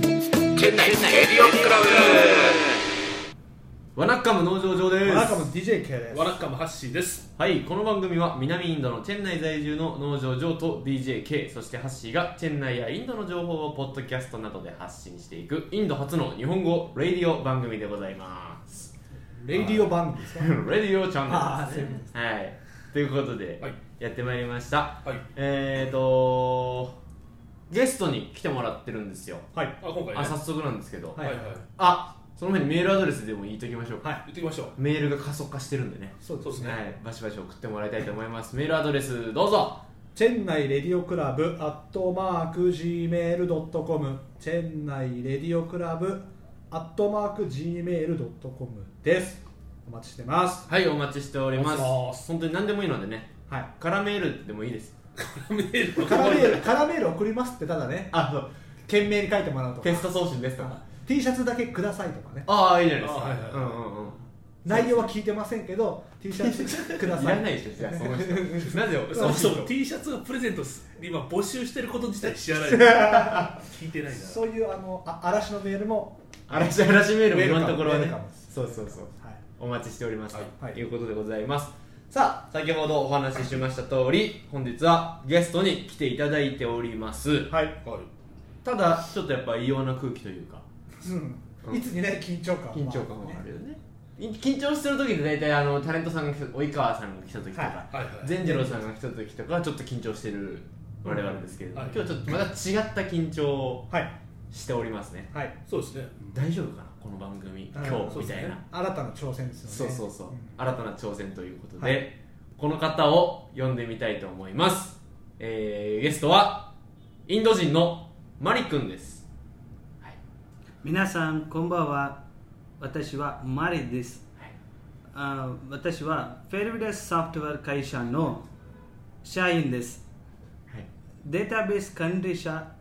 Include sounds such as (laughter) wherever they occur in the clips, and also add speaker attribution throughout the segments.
Speaker 1: 店内エリオンクラ
Speaker 2: ワナッカム農場上です
Speaker 3: ワナカム DJK です
Speaker 4: ワラッカムハッシーです。
Speaker 2: はいこの番組は南インドのチェン内在住の農場上と DJK そしてハッシーがチェン内やインドの情報をポッドキャストなどで発信していくインド初の日本語レディオ番組でございます (laughs)
Speaker 3: レディオ番組ですか
Speaker 2: レディオチャ
Speaker 3: あ
Speaker 2: ン
Speaker 3: あ
Speaker 2: ネ
Speaker 3: そう
Speaker 2: ル
Speaker 3: いうこ
Speaker 2: で
Speaker 3: とです
Speaker 2: ねはいということで
Speaker 4: はい
Speaker 2: やってまいりました
Speaker 4: はい。
Speaker 2: えーとゲストに来てもらってるんですよ
Speaker 3: はい
Speaker 4: あ、今回ね。
Speaker 2: あ早速なんですけど
Speaker 3: は
Speaker 4: はいはい。
Speaker 2: あその前にメールアドレスでも言っときましょうか
Speaker 3: はい
Speaker 4: 言ってきましょう。
Speaker 2: メールが加速化してるんでね
Speaker 3: そうで
Speaker 4: そうですす
Speaker 3: ね
Speaker 4: ね
Speaker 2: は。い、バシバシ送ってもらいたいと思います。メールアドレスどうぞ。
Speaker 3: チェンナイレディオクラブアットマーク Gmail.com チェンナイレディオクラブアットマーク Gmail.com ですお待ちしてます
Speaker 2: はい、お待ちしておりま。
Speaker 3: お待ちしてます
Speaker 2: 本当に何でもいいのでね、
Speaker 3: はい
Speaker 2: カラメールでもいい (laughs) です。
Speaker 4: メール
Speaker 3: カラメ
Speaker 2: (laughs)
Speaker 3: ールカラメール送りますってただね
Speaker 2: あ、そう、
Speaker 3: 懸命に書いてもらうと
Speaker 2: テ
Speaker 3: か
Speaker 2: スト送信ですとか。
Speaker 3: T シャツだけくださいとかね
Speaker 2: ああ、いいじゃないです
Speaker 4: あ
Speaker 2: か。
Speaker 4: はいはいはい
Speaker 2: うんうんうん。
Speaker 3: 内容は聞いてませんけど T シャツく
Speaker 2: い
Speaker 3: ださ
Speaker 2: (laughs)
Speaker 3: い
Speaker 2: らないでしょ、じゃあその人。なぜ
Speaker 4: そもそも
Speaker 2: 送信
Speaker 4: T シャツがプレゼントす今募集してること自体知らない聞いてないな
Speaker 3: そういうあのあ嵐のメールも
Speaker 2: 嵐嵐メールも今のところは
Speaker 3: メー
Speaker 2: ね
Speaker 3: ルかも。
Speaker 2: そうそうそう。
Speaker 3: はい
Speaker 2: お待ちしております、
Speaker 4: はい
Speaker 3: はい
Speaker 2: ということでございますさあ先ほどお話ししました通り本日はゲストに来ていただいております
Speaker 3: は
Speaker 4: は
Speaker 3: い、
Speaker 4: い
Speaker 2: ただちょっとやっぱ異様な空気というか
Speaker 3: うん、いつにね緊張感
Speaker 2: 緊張感もあるよね、い緊張してる時って大体あのタレントさんが来た及川さんが来た時と
Speaker 3: はい
Speaker 2: か
Speaker 4: はいはい
Speaker 2: 善次郎さんが来た時とかはちょっと緊張してる我々ですけれども、
Speaker 4: はい
Speaker 2: 今日はちょっとまた違った緊張を
Speaker 3: はい
Speaker 2: しておりますね
Speaker 3: はい
Speaker 4: そうですね
Speaker 2: 大丈夫かなこの番組今
Speaker 3: うん
Speaker 2: 日
Speaker 3: そう
Speaker 2: み
Speaker 3: です
Speaker 2: た
Speaker 3: ね
Speaker 2: いな、
Speaker 3: 新たな挑戦です
Speaker 2: そ
Speaker 3: よ
Speaker 2: う
Speaker 3: ね
Speaker 2: そうそう、
Speaker 3: ん
Speaker 2: 新たな挑戦ということで、
Speaker 3: はい
Speaker 2: この方を呼んでみたいと思います、えーゲストはインド人のマリくんです、はい
Speaker 5: 皆さんこんばんは私はマリです、
Speaker 2: はい
Speaker 5: あ私はフェルビダスソフトウェア会社の社員です
Speaker 2: はい、
Speaker 5: データベース管理者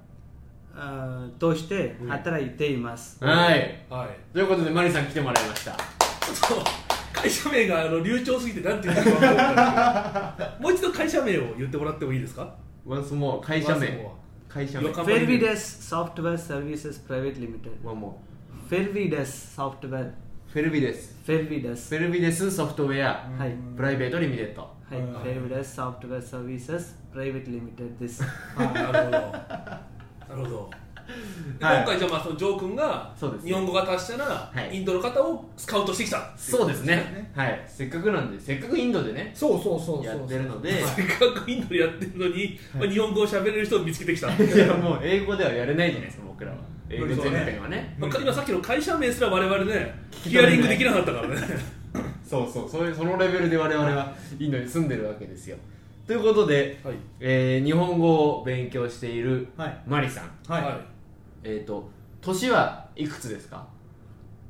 Speaker 5: あとして働いています、
Speaker 2: はい、
Speaker 4: はい
Speaker 2: ということでマリさん来てもらいました
Speaker 4: ちょっと会社名があの流暢すぎてなんて言うのか分かんないけどもう一度会社名を言ってもらってもいいですか
Speaker 2: ワンスモア会社
Speaker 4: Once
Speaker 2: 名
Speaker 4: more
Speaker 2: 会社名
Speaker 4: よかっ
Speaker 5: フェルビダスソフトウェアサービスプライベートリミテッド
Speaker 2: ワンモ
Speaker 5: フェルビダスソフトウェア
Speaker 2: アフェルビデス
Speaker 5: フェルビダス
Speaker 2: フェルビデスソフトウェア
Speaker 5: はい
Speaker 2: プライベートリミテッド
Speaker 5: はい、フェルビダスソフトウェアサービスプライベートリミテッドです
Speaker 4: なるほどなるほどで
Speaker 2: はい
Speaker 4: 今回じゃあまあそのジョー君が
Speaker 2: そうです
Speaker 4: 日本語が達したら
Speaker 2: はい
Speaker 4: インドの方をスカウトしてきた
Speaker 2: そうですねはいせっかくなんでせっかくインドでね
Speaker 3: そうそうそうそう
Speaker 2: やってるので
Speaker 4: せっかくインドでやってるのに、まあ、日本語を喋れる人を見つけ
Speaker 2: (laughs)
Speaker 4: てきた、
Speaker 2: いやもう英語ではやれないじゃないですか僕らは英語全編はね
Speaker 4: まあ今さっきの会社名すら我々ね
Speaker 2: 聞き
Speaker 4: ヒ
Speaker 2: 取
Speaker 4: ア
Speaker 2: れない
Speaker 4: リングできなかった
Speaker 2: (laughs)
Speaker 4: からね
Speaker 2: そうそうそういうそのレベルで我々はインドに住んでるわけですよということで、
Speaker 4: はい
Speaker 2: えー日本語を勉強している
Speaker 3: はい
Speaker 2: マリさん
Speaker 3: はい、
Speaker 2: えっ、と年はいくつですか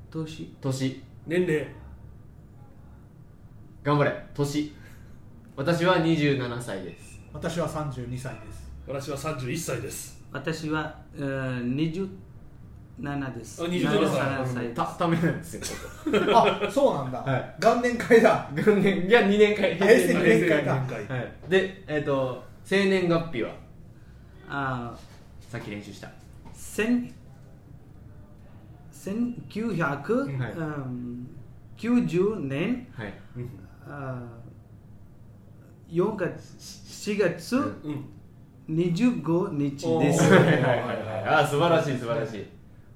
Speaker 5: 投資
Speaker 2: 年
Speaker 4: 年齢
Speaker 2: 頑張れ年私は27歳です
Speaker 3: 私は32歳
Speaker 2: (laughs)
Speaker 3: です
Speaker 4: 私は31歳です
Speaker 5: 私は、えー、27です
Speaker 4: あ27歳
Speaker 5: 27歳
Speaker 2: たためなんですよ (laughs)
Speaker 3: あそうなんだ、
Speaker 2: はい
Speaker 3: 元年会だ
Speaker 2: 元年いや2年会
Speaker 3: 平成
Speaker 4: 年会
Speaker 3: 2年会
Speaker 4: 平成二年
Speaker 3: だ
Speaker 4: 会
Speaker 2: はい、でえっ、と生年月日は
Speaker 5: あ
Speaker 2: さっき練習した
Speaker 5: 千1990
Speaker 2: んはい
Speaker 5: um, 年
Speaker 2: はい
Speaker 5: あ4月4月
Speaker 4: うん
Speaker 5: 25日で
Speaker 4: お
Speaker 5: す
Speaker 4: ー
Speaker 2: (laughs) はいはいはいはいあー素晴らしい素晴らしい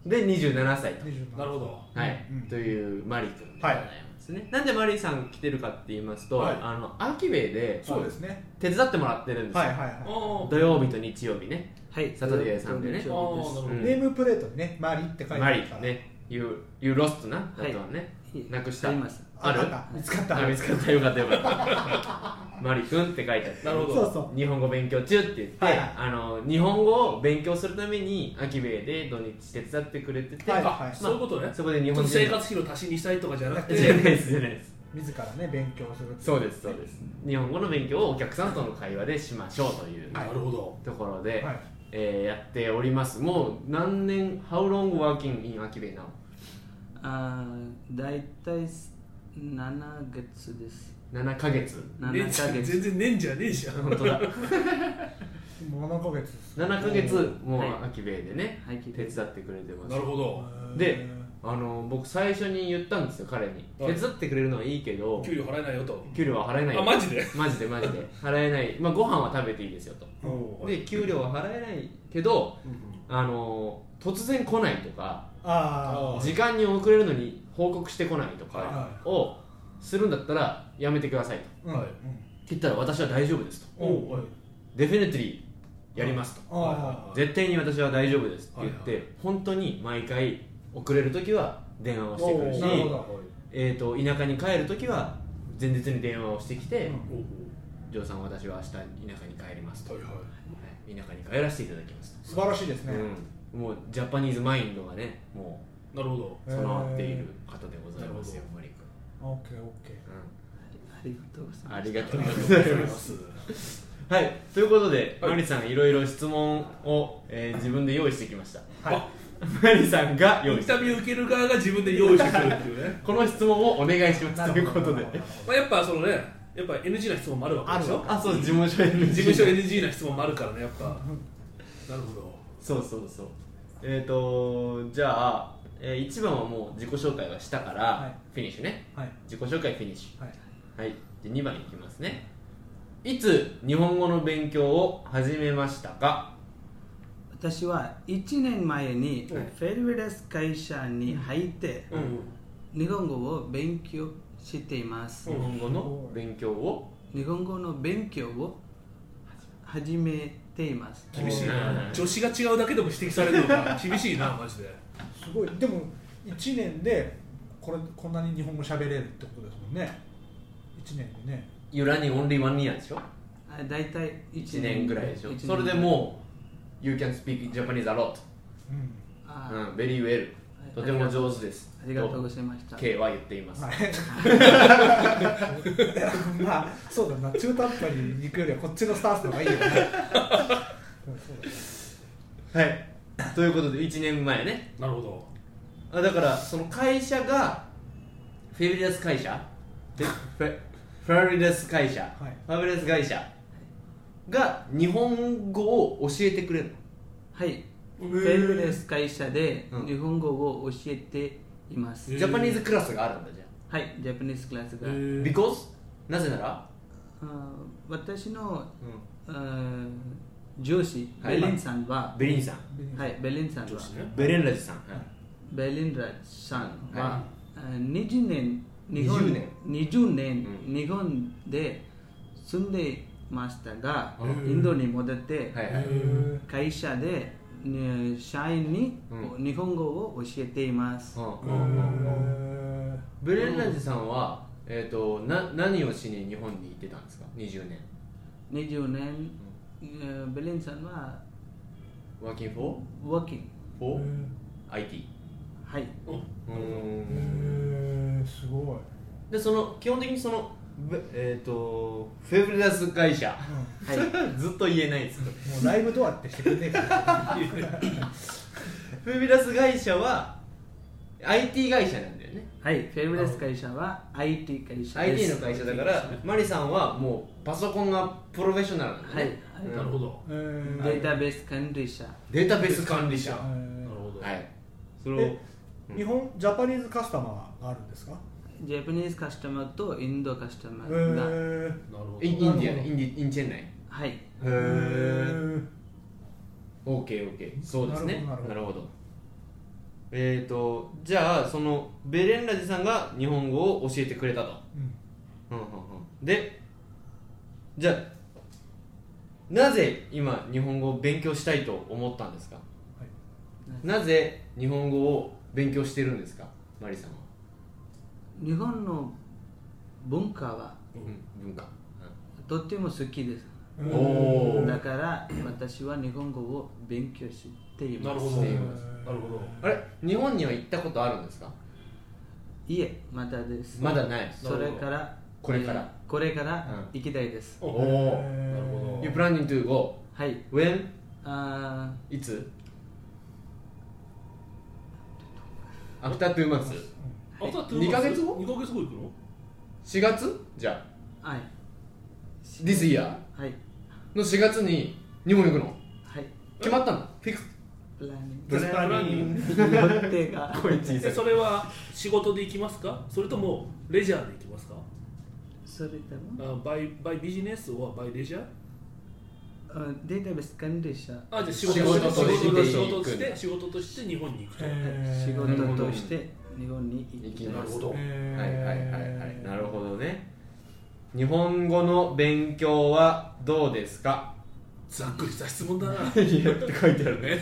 Speaker 2: で27歳と
Speaker 3: 27
Speaker 4: なるほど
Speaker 2: はい、
Speaker 3: うん
Speaker 2: というマリ君でございますね、なんでマリさん来てるかって言いますと、
Speaker 4: はい
Speaker 2: あのアキベイで
Speaker 3: そうですね
Speaker 2: 手伝ってもらってるんですよ、
Speaker 3: はいはいはい、
Speaker 4: おー
Speaker 2: 土曜日と日曜日ね
Speaker 5: はい
Speaker 2: サタデーさんでね
Speaker 5: 日曜
Speaker 4: あ
Speaker 5: 日
Speaker 4: ーなるほど
Speaker 5: で
Speaker 2: うん
Speaker 3: ネームプレートにね「マリ」って書いて
Speaker 2: マ
Speaker 3: あ
Speaker 2: リ
Speaker 3: るから
Speaker 2: ね You, you lost なだと
Speaker 5: は
Speaker 2: はいね、
Speaker 5: す
Speaker 2: なくした
Speaker 5: あります
Speaker 2: ある
Speaker 3: あった見つかった
Speaker 2: あ見つかったよかったよかったマリ君って書いてあった
Speaker 4: なるほど
Speaker 3: そうそう
Speaker 2: 日本語勉強中って言って、
Speaker 3: はいはい
Speaker 2: あの日本語を勉強するためにアキベイで土日手伝ってくれてて、
Speaker 3: はい
Speaker 4: あ、
Speaker 3: はい
Speaker 4: そういうことね、
Speaker 2: そこで日
Speaker 4: ちょ
Speaker 2: 本
Speaker 4: っ
Speaker 2: 人
Speaker 4: と生活費の足しにしたいとかじゃなく
Speaker 2: (laughs) じゃない
Speaker 4: て
Speaker 2: ですじゃないです
Speaker 3: 自らね勉強する
Speaker 2: そうですそうです日本語の勉強をお客さんとの会話でしましょうという
Speaker 4: なるほど
Speaker 2: ところで、
Speaker 3: はい
Speaker 2: えーやっておりますもう何年 How long working in アキベイな
Speaker 5: あー大体7月です
Speaker 2: の7ヶ月
Speaker 3: (laughs)
Speaker 5: 7ヶ
Speaker 4: 年じゃ
Speaker 5: 月
Speaker 4: 全然年じゃねえじゃん
Speaker 2: 本当だ
Speaker 3: もう7ヶ月ですね
Speaker 2: 7ヶ月も
Speaker 5: はいう
Speaker 2: 秋兵衛でね、
Speaker 5: はい聞いて
Speaker 2: 手
Speaker 5: る
Speaker 2: 伝ってくれてます
Speaker 4: なるほど
Speaker 2: であの僕最初に言ったんですよ彼に
Speaker 4: はい
Speaker 2: 手伝ってくれるのはいいけど
Speaker 4: 給料払えないよと
Speaker 2: 給料は払えないよ
Speaker 4: あマジで
Speaker 2: マジでマジで払えない、まあ、ご飯は食べていいですよと
Speaker 4: お
Speaker 2: で給料は払えないけどあの突然来ないとか
Speaker 3: あ
Speaker 2: 時間に遅れるのに報告してこないとか
Speaker 3: は
Speaker 2: をするんだったらやめてくださいと
Speaker 3: あ
Speaker 4: はい
Speaker 2: 言ったら私は大丈夫ですと
Speaker 3: うんう
Speaker 4: お
Speaker 3: ん
Speaker 4: はい
Speaker 2: デフィネトリーやりますと
Speaker 3: あ
Speaker 4: はい
Speaker 2: 絶対に私は大丈夫ですって言って、
Speaker 4: はい
Speaker 2: 本当に毎回遅れる時は電話をしてくるし
Speaker 3: おーなるほど
Speaker 2: えー、と田舎に帰る時は前日に電話をしてきて
Speaker 3: うん
Speaker 4: おお
Speaker 2: 「ジョーさん私は明日田舎に帰ります」と、
Speaker 4: はいはい
Speaker 2: はい田舎に帰らせていただきます
Speaker 3: 素晴らしいです
Speaker 2: と、
Speaker 3: ね
Speaker 2: うん、もうジャパニーズマインドがねも
Speaker 4: なるほど
Speaker 2: う備わっている方でございますよ
Speaker 4: へー
Speaker 2: 森君、
Speaker 3: オッケーオッケ
Speaker 2: う
Speaker 5: ありがとうござい
Speaker 2: ん、
Speaker 5: ま
Speaker 2: あ
Speaker 5: す
Speaker 2: りがとうございます
Speaker 4: す
Speaker 2: (laughs) はいということで、
Speaker 4: はい
Speaker 2: マリさんいろいろ質問を、えー自分で用意してきました
Speaker 3: はい
Speaker 4: あ
Speaker 2: マリさんが用
Speaker 4: イ
Speaker 2: 意
Speaker 4: ン
Speaker 2: し
Speaker 4: タ
Speaker 2: た
Speaker 4: ビュー受ける側が自分で用意してくるっていうね
Speaker 2: この質問をお願いしま
Speaker 3: な
Speaker 2: す
Speaker 3: る
Speaker 2: (laughs) という
Speaker 3: ほ
Speaker 2: こ
Speaker 3: ど
Speaker 2: とで
Speaker 4: まあやっぱそのねやっぱ NG な質問もあるわけでしょ
Speaker 2: あそう事務所 NG
Speaker 4: 事務所 NG な質問もあるからねやっぱなるほど
Speaker 2: そうそうそうえっ、ー、とじゃあ、えー、1番はもう自己紹介はしたから、
Speaker 3: はい
Speaker 2: フィニッシュね
Speaker 3: はい
Speaker 2: 自己紹介フィニッシ
Speaker 3: はい
Speaker 2: ュはいで2番いきますねいつ日本語の勉強を始めましたか
Speaker 5: 私は1年前にフ
Speaker 4: はい
Speaker 5: ェルウェレス会社に入って
Speaker 4: うん
Speaker 5: 日本語を勉強しています
Speaker 2: 日本語の勉強を
Speaker 5: 日本語の勉強を始めています
Speaker 4: 厳しいな
Speaker 2: うん
Speaker 4: 女子が違うだけでも指摘されるのが厳しいなマジです
Speaker 3: ごいでも1年でこれこんなに日本語喋れるってことですもんね1年でね
Speaker 2: 由来にオンリーワンイヤーでしょ
Speaker 5: あ大体
Speaker 2: 1年ぐらいでしょ
Speaker 5: 一年
Speaker 2: それでもう You can speak Japanese a lot、
Speaker 3: うん
Speaker 5: あ
Speaker 2: う
Speaker 5: ー
Speaker 2: ん、very well とても上手です
Speaker 5: ありがとうございました
Speaker 2: と K は言っています、
Speaker 3: はい (laughs) まあそうだな中途半端に行くよりはこっちのスタンスの方がいいよねうんそうだね
Speaker 2: はい、ということで1年前ね
Speaker 4: なるほど
Speaker 2: あだからその会社がフェブリダス会社でフェファブリダス会社、
Speaker 3: はい
Speaker 2: ファブリダス会社が日本語を教えてくれるの
Speaker 5: はいフェルウェレス会社で
Speaker 2: うん
Speaker 5: 日本語を教えています
Speaker 4: へー
Speaker 2: ジャパニーズクラスがあるんだじゃ
Speaker 5: はいジャパニーズクラスが、
Speaker 2: ん、
Speaker 4: へ
Speaker 2: because なぜなら、
Speaker 5: あー私のあー上司
Speaker 2: はい
Speaker 5: ベリンさんは、
Speaker 2: ベリンさん
Speaker 5: はい、ベリンさんは
Speaker 4: 女子ね
Speaker 2: ベリンラジさん、はい
Speaker 5: ベリンラジさん
Speaker 2: は
Speaker 5: は、あ20年日本
Speaker 2: 20年
Speaker 5: 20年
Speaker 2: う
Speaker 5: 日本で住んでましたが、
Speaker 2: うん
Speaker 5: インドに戻って、
Speaker 2: はいはい
Speaker 4: へー
Speaker 5: 会社でね社員に
Speaker 2: う
Speaker 5: 日本語を教えています、
Speaker 2: うん
Speaker 4: うん
Speaker 3: へ
Speaker 2: ベリンラジさんは、えー、とな何をしに日本に行ってたんですか20年
Speaker 5: 20年、えーベリンさんは
Speaker 2: Working for?
Speaker 5: working
Speaker 2: for?
Speaker 3: ー
Speaker 2: IT
Speaker 5: はい
Speaker 3: へーすごい
Speaker 2: でその基本的にそのぶえっ、とフェブリダス会社、 (laughs)
Speaker 5: うん
Speaker 2: ずっと言えないですけど
Speaker 3: もうライブドアってしてくれねえから
Speaker 2: フェブリダス会社は IT 会社なんだよね
Speaker 5: はいフェブレス会社は IT 会社で
Speaker 2: IT
Speaker 5: す
Speaker 2: の会社だからマリさんはもうパソコンがプロフェッショナルなんだね、
Speaker 5: はい
Speaker 2: うん
Speaker 4: なるほど
Speaker 3: へー
Speaker 5: データベース管理者
Speaker 2: データベース管理者
Speaker 3: へ
Speaker 2: は
Speaker 4: なる
Speaker 3: ー
Speaker 4: ほど
Speaker 2: いそれを
Speaker 3: え日本ジャパニーズカスタマーがあるんですか
Speaker 5: ジャパニーズカスタマーとインドカスタマ
Speaker 3: へ
Speaker 5: ー
Speaker 3: ー
Speaker 5: が、
Speaker 4: なるほ
Speaker 2: インイ
Speaker 4: ど
Speaker 2: ンディアねインディインチェンナイへ
Speaker 5: はい
Speaker 2: え
Speaker 3: へー
Speaker 2: OKOK そうですね
Speaker 3: なるほど
Speaker 2: な
Speaker 3: な
Speaker 2: る
Speaker 3: る
Speaker 2: ほどえっ、とじゃあそのベレンラジさんが日本語を教えてくれたと
Speaker 3: うん
Speaker 2: うんうんうんでじゃあなぜ今日本語を勉強したいと思ったんですか
Speaker 3: はい
Speaker 2: なぜ日本語を勉強してるんですかマリさんは、
Speaker 5: 日本の文化は
Speaker 2: うん、文化、
Speaker 5: とっても好きです
Speaker 2: うん
Speaker 3: へー
Speaker 2: おお
Speaker 5: だから私は日本語を勉強していま
Speaker 4: な
Speaker 5: す
Speaker 4: るほど
Speaker 2: してい
Speaker 4: な
Speaker 2: ます
Speaker 4: るほど
Speaker 2: あれ日本には行ったことあるんですか
Speaker 5: いえまだです
Speaker 2: まだない
Speaker 5: それから
Speaker 2: これから
Speaker 5: えーこれから
Speaker 2: う
Speaker 5: 行きたいです、
Speaker 4: お
Speaker 2: お
Speaker 4: お
Speaker 2: ー
Speaker 4: なるほ
Speaker 2: You planning to go
Speaker 5: はい
Speaker 2: when
Speaker 5: あ
Speaker 2: いつ After two months
Speaker 4: あとは
Speaker 2: 二ヶ月後
Speaker 4: 二ヶ月後行くの
Speaker 2: 4月じゃあ
Speaker 5: ーはい
Speaker 2: This year
Speaker 5: はい
Speaker 2: の4月に日本行くの
Speaker 5: はい
Speaker 2: 決まったのフィクス
Speaker 5: プランニン
Speaker 3: プランニング
Speaker 5: グ予定 (laughs) が
Speaker 2: こいつ
Speaker 4: でそれは仕事で行きますかそれともレジャーで行きますか
Speaker 5: それとも
Speaker 4: あバイバイビジネスはバイレジャー
Speaker 5: あデータベース管理者
Speaker 4: あじゃあ仕事
Speaker 2: 仕事として
Speaker 4: 仕事仕事とし
Speaker 2: 行く
Speaker 4: て仕事として日本に行くと、
Speaker 3: えー
Speaker 5: 仕事として日本に行
Speaker 2: 行
Speaker 5: き
Speaker 2: き
Speaker 5: ま
Speaker 2: ますすとはい
Speaker 3: えー
Speaker 2: はいはいはいなるほどね日本語の勉強はどうですか
Speaker 4: ざっくりした質問だな
Speaker 2: いやって書いてあるね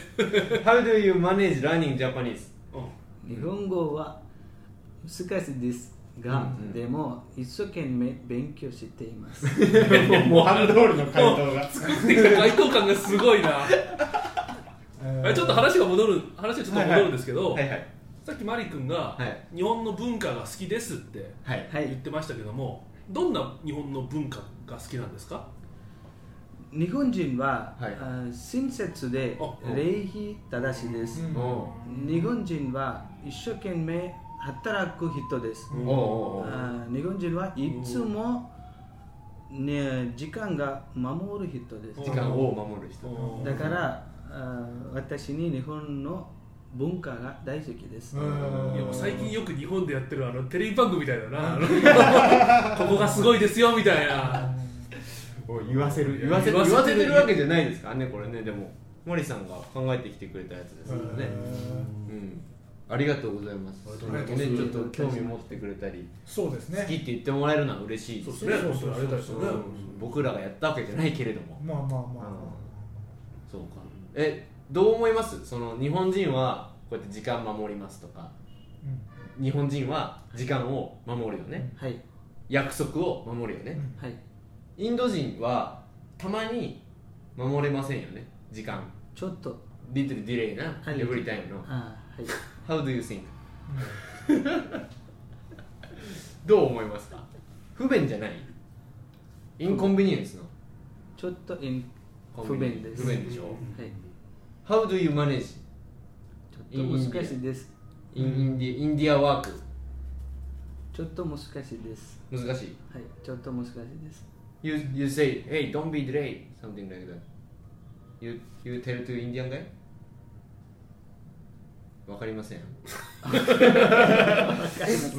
Speaker 2: How do you manage learning Japanese?
Speaker 4: う
Speaker 5: 日本語は難しいですが、
Speaker 2: うんうん
Speaker 5: でも一生懸命勉強して
Speaker 2: (laughs)
Speaker 5: います
Speaker 3: もう反通りの回答
Speaker 4: も
Speaker 3: が
Speaker 4: う作ってきた回答感がすごいな
Speaker 3: え
Speaker 4: えちょっと話が戻る話がちょっと戻るんですけど、
Speaker 2: はいはい
Speaker 4: さっきマリ君が
Speaker 2: はい
Speaker 4: 日本の文化が好きですって
Speaker 2: はい
Speaker 5: は
Speaker 4: 言っ
Speaker 5: い
Speaker 4: てましたけどもどんな日本の文化が好きなんですか
Speaker 5: 日本人は、
Speaker 2: はい
Speaker 5: あ親切で
Speaker 4: あ
Speaker 2: うん
Speaker 5: 礼儀正しいです、
Speaker 3: うん
Speaker 2: おう
Speaker 5: 日本人は一生懸命働く人です、
Speaker 3: うん
Speaker 2: おうおうおう
Speaker 5: あ日本人はいつも、ね、時間が守る人です
Speaker 2: 時間を守る人
Speaker 4: お
Speaker 5: だからあ私に日本の文化が大好きです、
Speaker 3: うん
Speaker 4: いやもう最近よく日本でやってるあのテレビ番組みたいだなあの (laughs) ここがすごいですよみたいな
Speaker 2: おい言わせる言わせ
Speaker 4: 言わせてる
Speaker 2: 言わせてるわけじゃないですからねこれねでもモリさんが考えてきてくれたやつですからねうんありがとうございます
Speaker 4: ありがとうございます
Speaker 2: ねちょっと興味持ってくれたり
Speaker 3: そうです
Speaker 2: 好きっ
Speaker 3: ね
Speaker 2: て言ってもらえるのは嬉しいです
Speaker 4: そうですね
Speaker 3: そうそう
Speaker 4: 本当にあ
Speaker 3: そう
Speaker 4: りがたいです
Speaker 2: う
Speaker 4: よ
Speaker 2: ん
Speaker 4: ね
Speaker 2: 僕らがやったわけじゃないけれども
Speaker 3: まあまあま
Speaker 2: そうかえどう思いますその日本人はこうやって時間守りますとか
Speaker 3: あ
Speaker 2: 日本人は時間を守るよね
Speaker 5: はい
Speaker 2: 約束を守るよね、
Speaker 3: うん
Speaker 5: はい
Speaker 2: インド人はたまに守れませんよね時間
Speaker 5: ちょっと
Speaker 2: little delay な
Speaker 5: はい
Speaker 2: every time の
Speaker 5: あはい
Speaker 2: How do you think? (laughs) どう思いますか不便じゃないインコンビニエンスの
Speaker 5: ちょっとイン
Speaker 2: コンビニ
Speaker 5: 不便です
Speaker 2: 不便でしょ
Speaker 5: はい
Speaker 2: How do you manage
Speaker 5: ちょっと難しいです
Speaker 2: in India, India work?
Speaker 5: ちょっと難しいです
Speaker 2: 難しい
Speaker 5: はいちょっと難しいです
Speaker 2: You, you say, hey, don't be delayed something like that You, you tell to Indian guy? わかりません (laughs) ま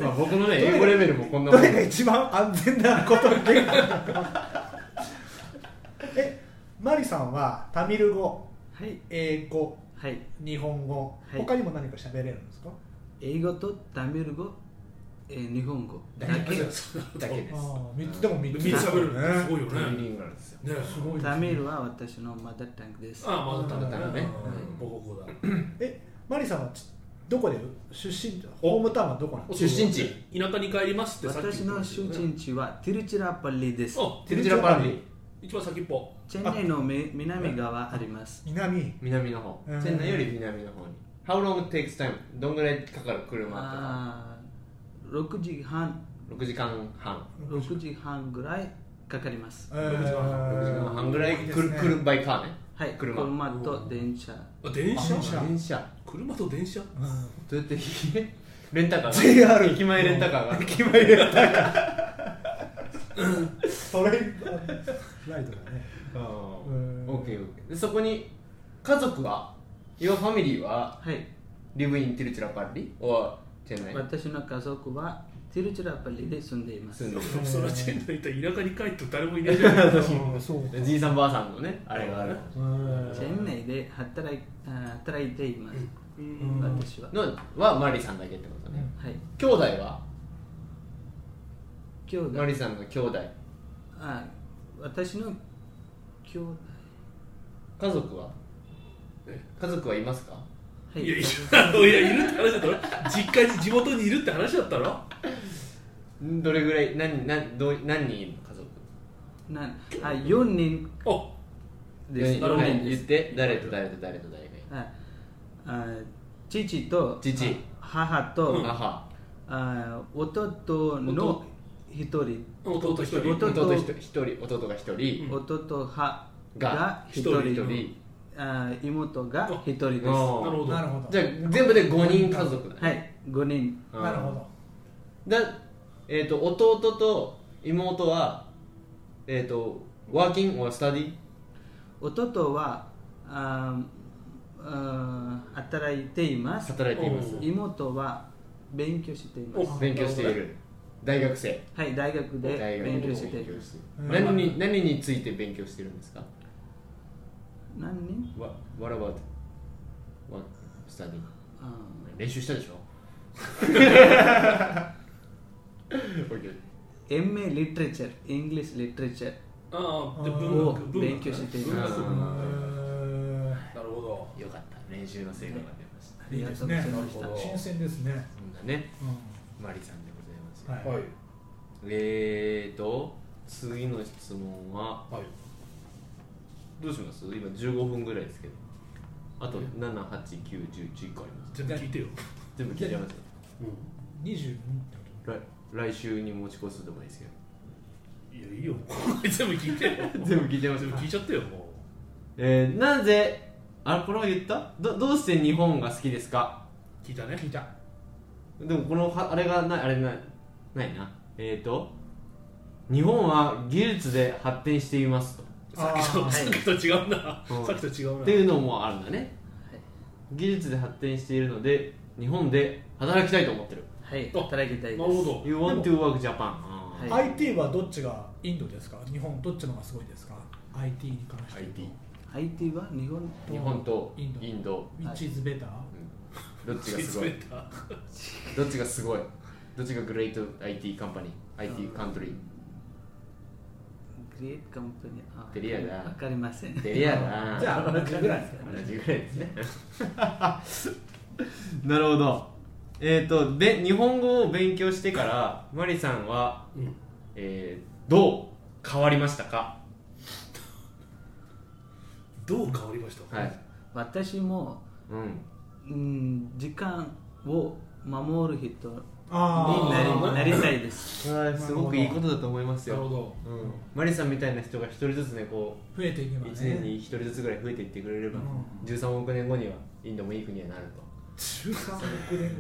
Speaker 2: あ僕のね英語レベルもこんなも
Speaker 3: ど
Speaker 2: ん
Speaker 3: れが一番安全なことができたのかえマリさんはタミル語
Speaker 5: はい
Speaker 3: 英語
Speaker 5: はい
Speaker 3: 日本語、
Speaker 5: はい
Speaker 3: 他にも何か喋れるんですか
Speaker 5: 英語とタミル語、えー日本語だ
Speaker 2: だけ
Speaker 5: け
Speaker 2: だけです
Speaker 3: あ
Speaker 2: うん
Speaker 3: 3つでも3つ
Speaker 4: 三つ食べるねすごいよ
Speaker 2: トリ
Speaker 4: ね
Speaker 2: リンガルですよ
Speaker 4: ね
Speaker 3: すごいですね
Speaker 5: タミルは私のマダータングです
Speaker 4: ああまだ食べた
Speaker 2: まだ食べ
Speaker 4: ね
Speaker 2: たね
Speaker 4: ボコボコだ
Speaker 3: えマリさんはちどこで出身ホームタウンはどこなんですか
Speaker 2: 出身地
Speaker 4: 田舎に帰りますってさっき
Speaker 5: 私の出身地はティルチラパリです
Speaker 4: あ
Speaker 2: テルチラパンディ
Speaker 4: 一番先っぽ
Speaker 5: チェンネイのめ南側あります
Speaker 3: 南
Speaker 2: 南の方
Speaker 3: うん
Speaker 2: チェンナイより南の方に How long takes time? どんぐらいかかる車とか
Speaker 5: あー6時半
Speaker 2: 6時間半
Speaker 5: 6時半ぐらいかかります
Speaker 3: えー
Speaker 4: 六時間半
Speaker 2: 6時間半ぐらい
Speaker 3: いいで
Speaker 2: く
Speaker 3: す
Speaker 2: る
Speaker 3: ね
Speaker 2: くるバイカーね
Speaker 5: はい
Speaker 2: 車
Speaker 5: 車と電車
Speaker 4: あ電車
Speaker 3: 電車
Speaker 2: 電車
Speaker 4: 車と電車
Speaker 3: うん
Speaker 2: どうやってレンタカーが
Speaker 3: JR
Speaker 2: 駅前レンタカーが
Speaker 3: 決まり
Speaker 2: (laughs)
Speaker 3: だったかトレインライトだね
Speaker 2: オ
Speaker 3: うん
Speaker 2: ッケーオッケーでそこに家族は Your family は
Speaker 5: はい
Speaker 2: リブインティルチラパッリ or チェンナイ
Speaker 5: 私の家族はティルチラパリで住んでいます
Speaker 2: 住んで
Speaker 3: ん
Speaker 4: そらチェンナイ行ったら田舎に帰って誰もいないじゃないですか
Speaker 3: うんそう
Speaker 2: るじいさんばあさんのねあれがある
Speaker 3: うん
Speaker 5: チェンネイで働いあー働いています
Speaker 4: うん
Speaker 5: 私は
Speaker 2: のはマリさんだけってことね
Speaker 5: はい
Speaker 2: 兄弟は
Speaker 5: 兄弟
Speaker 2: マリさんの兄弟
Speaker 5: あ私の兄弟
Speaker 2: 家族は家族はいますか
Speaker 5: はい
Speaker 4: やいやいやいるって話だったろ実家に地元にいるって話だったろ
Speaker 2: んどれぐらい何何どう何人いるの家族
Speaker 5: なあ4人
Speaker 4: あ
Speaker 5: で
Speaker 2: 四人
Speaker 5: す四
Speaker 2: はい
Speaker 5: 人で
Speaker 2: 言っ
Speaker 5: す
Speaker 2: て誰と誰と誰と誰がいる
Speaker 5: ああ父と
Speaker 2: 父
Speaker 5: あ母と、
Speaker 4: うん
Speaker 2: 母
Speaker 5: あ弟の
Speaker 2: 弟
Speaker 5: 一人
Speaker 4: 弟一人
Speaker 5: 弟
Speaker 2: 弟一人一人弟が一人
Speaker 4: うん
Speaker 5: 弟は
Speaker 2: が
Speaker 5: が
Speaker 2: 一
Speaker 5: 一
Speaker 2: 人
Speaker 5: 人
Speaker 2: 一人
Speaker 5: あ妹が一人です
Speaker 2: あ
Speaker 4: なるほど
Speaker 3: なるほど
Speaker 2: じゃあ全部で五人家族だね
Speaker 5: はい5人
Speaker 2: うん
Speaker 3: なるほど
Speaker 2: だえっ、と弟と妹はえっ、とワーキングはスタディ
Speaker 5: 弟はあーあー働いています
Speaker 2: 働いています
Speaker 5: 妹は勉強しています
Speaker 4: お
Speaker 2: 勉強している大学生
Speaker 5: はい大学で
Speaker 2: 大学
Speaker 5: 勉強してい
Speaker 2: 勉強
Speaker 5: る
Speaker 2: して
Speaker 3: うん
Speaker 2: 何に何について勉強してるんですか
Speaker 5: 何人
Speaker 2: What, what about what study?
Speaker 5: あー
Speaker 2: 練習したでし
Speaker 5: (laughs)
Speaker 2: ょ (laughs) OK
Speaker 5: MA Literature English Literature
Speaker 4: ああで
Speaker 3: あー
Speaker 4: 文学文学
Speaker 5: 勉強している
Speaker 4: 文学
Speaker 2: う
Speaker 3: うんん
Speaker 4: なるほど
Speaker 2: よかった練習の成果が出ました
Speaker 5: あ
Speaker 3: い
Speaker 5: り
Speaker 3: い
Speaker 5: が
Speaker 3: で
Speaker 5: と
Speaker 3: す
Speaker 5: うござ
Speaker 3: ね
Speaker 5: いまし
Speaker 4: な
Speaker 5: た
Speaker 4: るほど
Speaker 3: 新鮮ですね、
Speaker 2: そんなね
Speaker 3: う
Speaker 2: マリさんでございます、
Speaker 3: んはい
Speaker 4: はい
Speaker 2: えーと次の質問は
Speaker 4: はい
Speaker 2: どうします今15分ぐらいですけどあと7891011個ありま
Speaker 4: 全
Speaker 2: す
Speaker 4: 部聞いてよ
Speaker 2: 全部聞いちゃいます
Speaker 3: 22ってこ
Speaker 2: 来来週に持ち越すでもいいですけど
Speaker 4: いやいいよ (laughs) 全部聞いてよ
Speaker 2: (laughs) 全部聞いちゃいましょ
Speaker 4: 全
Speaker 2: う
Speaker 4: 部聞いちゃったよも
Speaker 2: えー、なぜあれこれは言ったどどうして日本が好きですか
Speaker 4: う聞いたね
Speaker 3: と聞いた
Speaker 2: でもこのはあれがないあれないないなえーと日本は技術で発展していますと
Speaker 4: さっきと
Speaker 3: あー
Speaker 4: さっきと違うな
Speaker 2: うん
Speaker 4: さっきと違うな
Speaker 2: っていうのもあるんだね技術で発展しているので日本で働きたいと思ってる
Speaker 5: はい
Speaker 4: あ
Speaker 5: 働きたいです
Speaker 4: なるほど
Speaker 2: You want to work Japan
Speaker 5: はい
Speaker 2: あ
Speaker 3: IT はどっちがインドですか日本どっちのがすごいですか IT に関して
Speaker 2: ー
Speaker 3: 言うと
Speaker 5: IT は日本
Speaker 2: 日本と
Speaker 3: インド
Speaker 2: インド
Speaker 3: Which is better?
Speaker 2: うんどっちがすごい
Speaker 4: たは
Speaker 2: どっちがすごいどっちがグレート IT カンパニー IT カントリー
Speaker 5: グレートカンパニーあ
Speaker 2: てりやだ
Speaker 5: わかりません
Speaker 2: デリアだ
Speaker 3: じゃあ同じぐらいですかね
Speaker 2: 同じぐらいですね (laughs) なるほどえっ、とで日本語を勉強してからマリさんは、
Speaker 4: うん
Speaker 2: えーどう変わりましたか
Speaker 4: どう変わりました
Speaker 2: はい、
Speaker 5: 私も、
Speaker 2: うん、
Speaker 5: うん、時間を守る人にな
Speaker 3: あ
Speaker 5: り
Speaker 3: あ
Speaker 5: なりたいです
Speaker 2: すごくいいことだと思います
Speaker 4: なるほ
Speaker 2: よ、
Speaker 4: ど
Speaker 2: うん、マリさんみたいな人が一人ずつねこ
Speaker 3: 増えていけ
Speaker 2: う
Speaker 3: ばね
Speaker 2: 1年に一人ずつぐらい増えていってくれれば、
Speaker 3: うん
Speaker 2: 13億年後にはインドもいい国にはなると
Speaker 3: 13億年後だね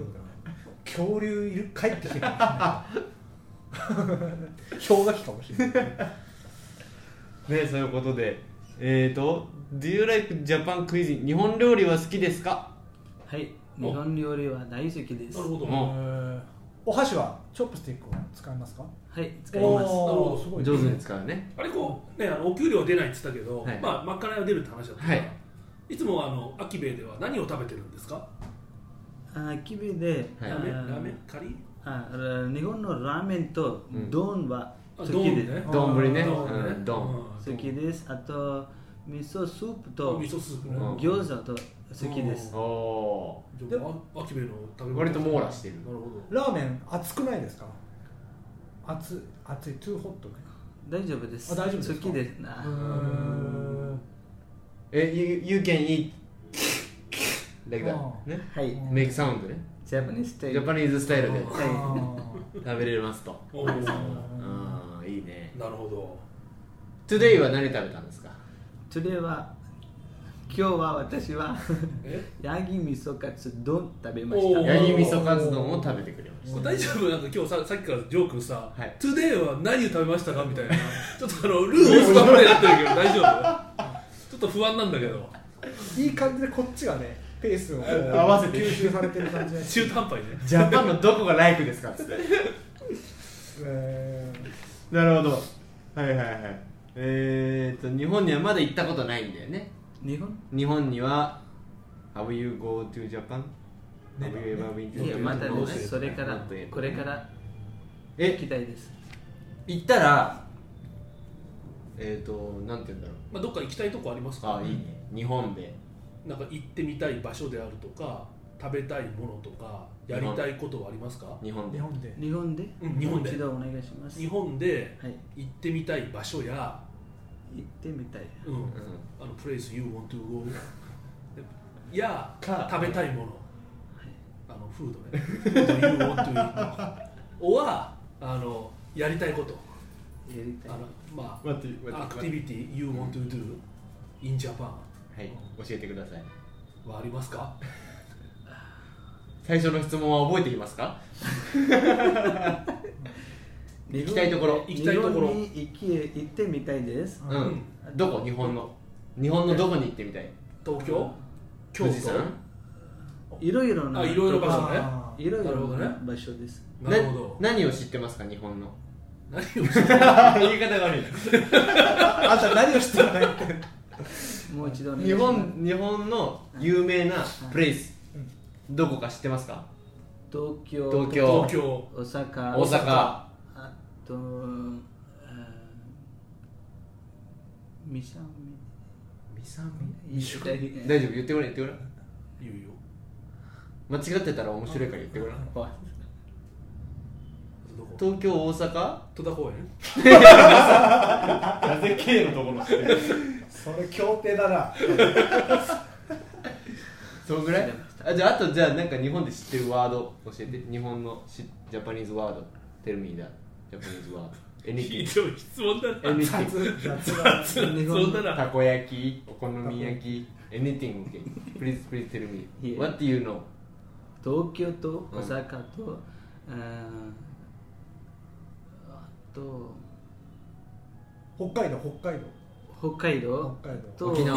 Speaker 3: 恐竜いる帰ってきてるかもしれない (laughs) 氷河期かもしれない
Speaker 2: ねそういうことでえっ、ー、と「Do you like Japan cuisine 日本料理は好きですか?
Speaker 5: はい
Speaker 4: お
Speaker 5: 日本料理は大好きです
Speaker 4: なるほど
Speaker 2: もう
Speaker 3: えーお箸はチョップスティックを使いますか
Speaker 5: はい使
Speaker 4: な
Speaker 5: います
Speaker 4: るほど
Speaker 3: す」ごい
Speaker 2: 上手に使うね
Speaker 4: あれこうねあのお給料は出ないって言ったけど、
Speaker 2: はい
Speaker 4: まあまかないは出るって話だったから、
Speaker 2: はい
Speaker 4: い、つもあのアキベイでは何を食べてるんですか、
Speaker 5: あキビで、
Speaker 2: はい
Speaker 4: ラーメン
Speaker 5: あ
Speaker 4: ラーメンカリー
Speaker 5: あラ日本のラーメンと
Speaker 2: うん
Speaker 5: 丼は
Speaker 4: あ
Speaker 5: 好
Speaker 4: ド
Speaker 5: き
Speaker 4: ン
Speaker 5: で
Speaker 4: ね
Speaker 5: す、
Speaker 2: 丼ね
Speaker 4: ドンね
Speaker 2: うんドン
Speaker 5: 好きですあと味噌スープ
Speaker 4: ドン
Speaker 5: と
Speaker 4: 味噌スープね、
Speaker 2: うん
Speaker 5: 餃子と好きです
Speaker 2: おお
Speaker 4: でもあアキベイの食べ物
Speaker 2: 割と網羅してる
Speaker 4: なるほど
Speaker 3: ラーメン熱くないですか熱い熱いトゥーホットね
Speaker 5: 大丈夫です
Speaker 3: あ大丈夫ですか
Speaker 5: 好きですな
Speaker 3: うん
Speaker 2: え you, you can eat like that
Speaker 3: あー
Speaker 2: ね
Speaker 5: はい
Speaker 2: make sound ね
Speaker 5: ジャパニーズスタイ
Speaker 2: ジ
Speaker 5: ル
Speaker 2: ャパニーズスタイルで
Speaker 4: あ
Speaker 5: はい
Speaker 2: 食べれますと
Speaker 4: おー
Speaker 2: うんいいね
Speaker 4: なるほど
Speaker 2: Today は何食べたんですか
Speaker 5: Today は今日は私は
Speaker 4: え
Speaker 5: ヤギ味噌カツ丼食べまし
Speaker 4: おー
Speaker 5: た
Speaker 2: ヤギ味噌カツ丼を食べてくれまし
Speaker 4: これ大丈夫なんか今日ささっきからジョークさ「
Speaker 2: はい
Speaker 4: Today は何を食べましたか?」みたい
Speaker 2: (laughs)
Speaker 4: なちょっとあのルーオスばっかりやってるけど大丈夫ちょっと不安なんだけど
Speaker 3: いい感じでこっちがねペースをこう
Speaker 2: 合わせて
Speaker 3: 吸収されてる感じ
Speaker 4: (laughs)
Speaker 3: で
Speaker 4: 中途半端にね
Speaker 2: たジャパンのどこがライクですかっつって
Speaker 3: え
Speaker 2: (laughs) なるほどはいはいはいえー、と日本にはまだ行ったことないんだよね
Speaker 5: 日本
Speaker 2: 日本には Have you go to Japan? Have you ever been to
Speaker 5: いや
Speaker 2: Japan?
Speaker 5: またね
Speaker 2: Not
Speaker 5: それから
Speaker 2: not yet
Speaker 5: これから行
Speaker 2: え
Speaker 5: きたいです
Speaker 2: 行ったらえっ、ー、となんて言うんだろう
Speaker 4: まあ、どっか行きたいとこありますか
Speaker 2: あいいね日本で
Speaker 4: なんか行ってみたい場所であるとか食べたいものとかやりたいことはありますか
Speaker 2: 日本
Speaker 3: ー
Speaker 2: で
Speaker 3: 日本で
Speaker 5: 日本で
Speaker 4: うん日本で
Speaker 5: もう一度お願いします
Speaker 4: 日本で
Speaker 5: はい
Speaker 4: 行ってみたい場所や、
Speaker 5: 行ってみたい
Speaker 4: うんあの place you want to
Speaker 2: (laughs)
Speaker 4: go や
Speaker 2: か
Speaker 4: 食べたいものあのフードね you want to eat おはあのやりたいこと
Speaker 5: やり
Speaker 4: あ
Speaker 5: たい
Speaker 4: のま
Speaker 2: 待って
Speaker 4: あアクティビティ you want to do in Japan
Speaker 2: はい教えてください
Speaker 4: はありますか
Speaker 2: 最初の質問は覚えていますか行
Speaker 5: 日本
Speaker 2: きたいところ
Speaker 4: 行きたいところ
Speaker 5: 日本に行き行ってみたいです
Speaker 2: うん、どこ日本の日本のどこに行ってみたい
Speaker 4: 東京京
Speaker 2: 富士山
Speaker 5: いろいろな
Speaker 4: あいろいろ場所
Speaker 5: とこ
Speaker 4: ね
Speaker 3: あ
Speaker 5: いろい
Speaker 4: なる
Speaker 5: ろ
Speaker 4: ほどね
Speaker 5: な場所です
Speaker 4: なるほど
Speaker 2: な何を知ってますか日本の
Speaker 4: 何をしてる
Speaker 2: 言い方が悪い
Speaker 3: あんた何を知ってないって
Speaker 5: もう一度お願いし
Speaker 2: 日
Speaker 5: ます
Speaker 2: 本日本の有名なプレイス、どこか知ってますか
Speaker 5: 東京
Speaker 2: 東京
Speaker 4: 東京
Speaker 5: 大阪
Speaker 2: 大阪
Speaker 5: あとうん三沢
Speaker 2: 大丈夫言ってごらん言ってごらん
Speaker 4: 言うよ
Speaker 2: 間違ってたら面白いから言ってごらん
Speaker 5: 夫
Speaker 4: あとどこ
Speaker 2: 東京大阪
Speaker 4: 戸田公園
Speaker 2: なぜ K のところしてる
Speaker 3: (laughs) それ協定だな
Speaker 2: そのぐらいあじゃああとじゃあなんか日本で知ってるワード教えて日本のしジャパニーズワードテルミーだジャパニーズワード anything
Speaker 4: どい質問だ
Speaker 2: anything
Speaker 3: 雑だ
Speaker 4: (laughs) そんな
Speaker 2: た
Speaker 4: ら
Speaker 2: こ焼きお好み焼き anything okay please please tell me
Speaker 5: Yeah.
Speaker 2: what do you know
Speaker 5: 東京と
Speaker 2: うん
Speaker 5: 大阪と、うん、あと
Speaker 3: 北海道北海道
Speaker 5: 北海道
Speaker 3: 北海道
Speaker 5: と
Speaker 2: 沖 (laughs) 縄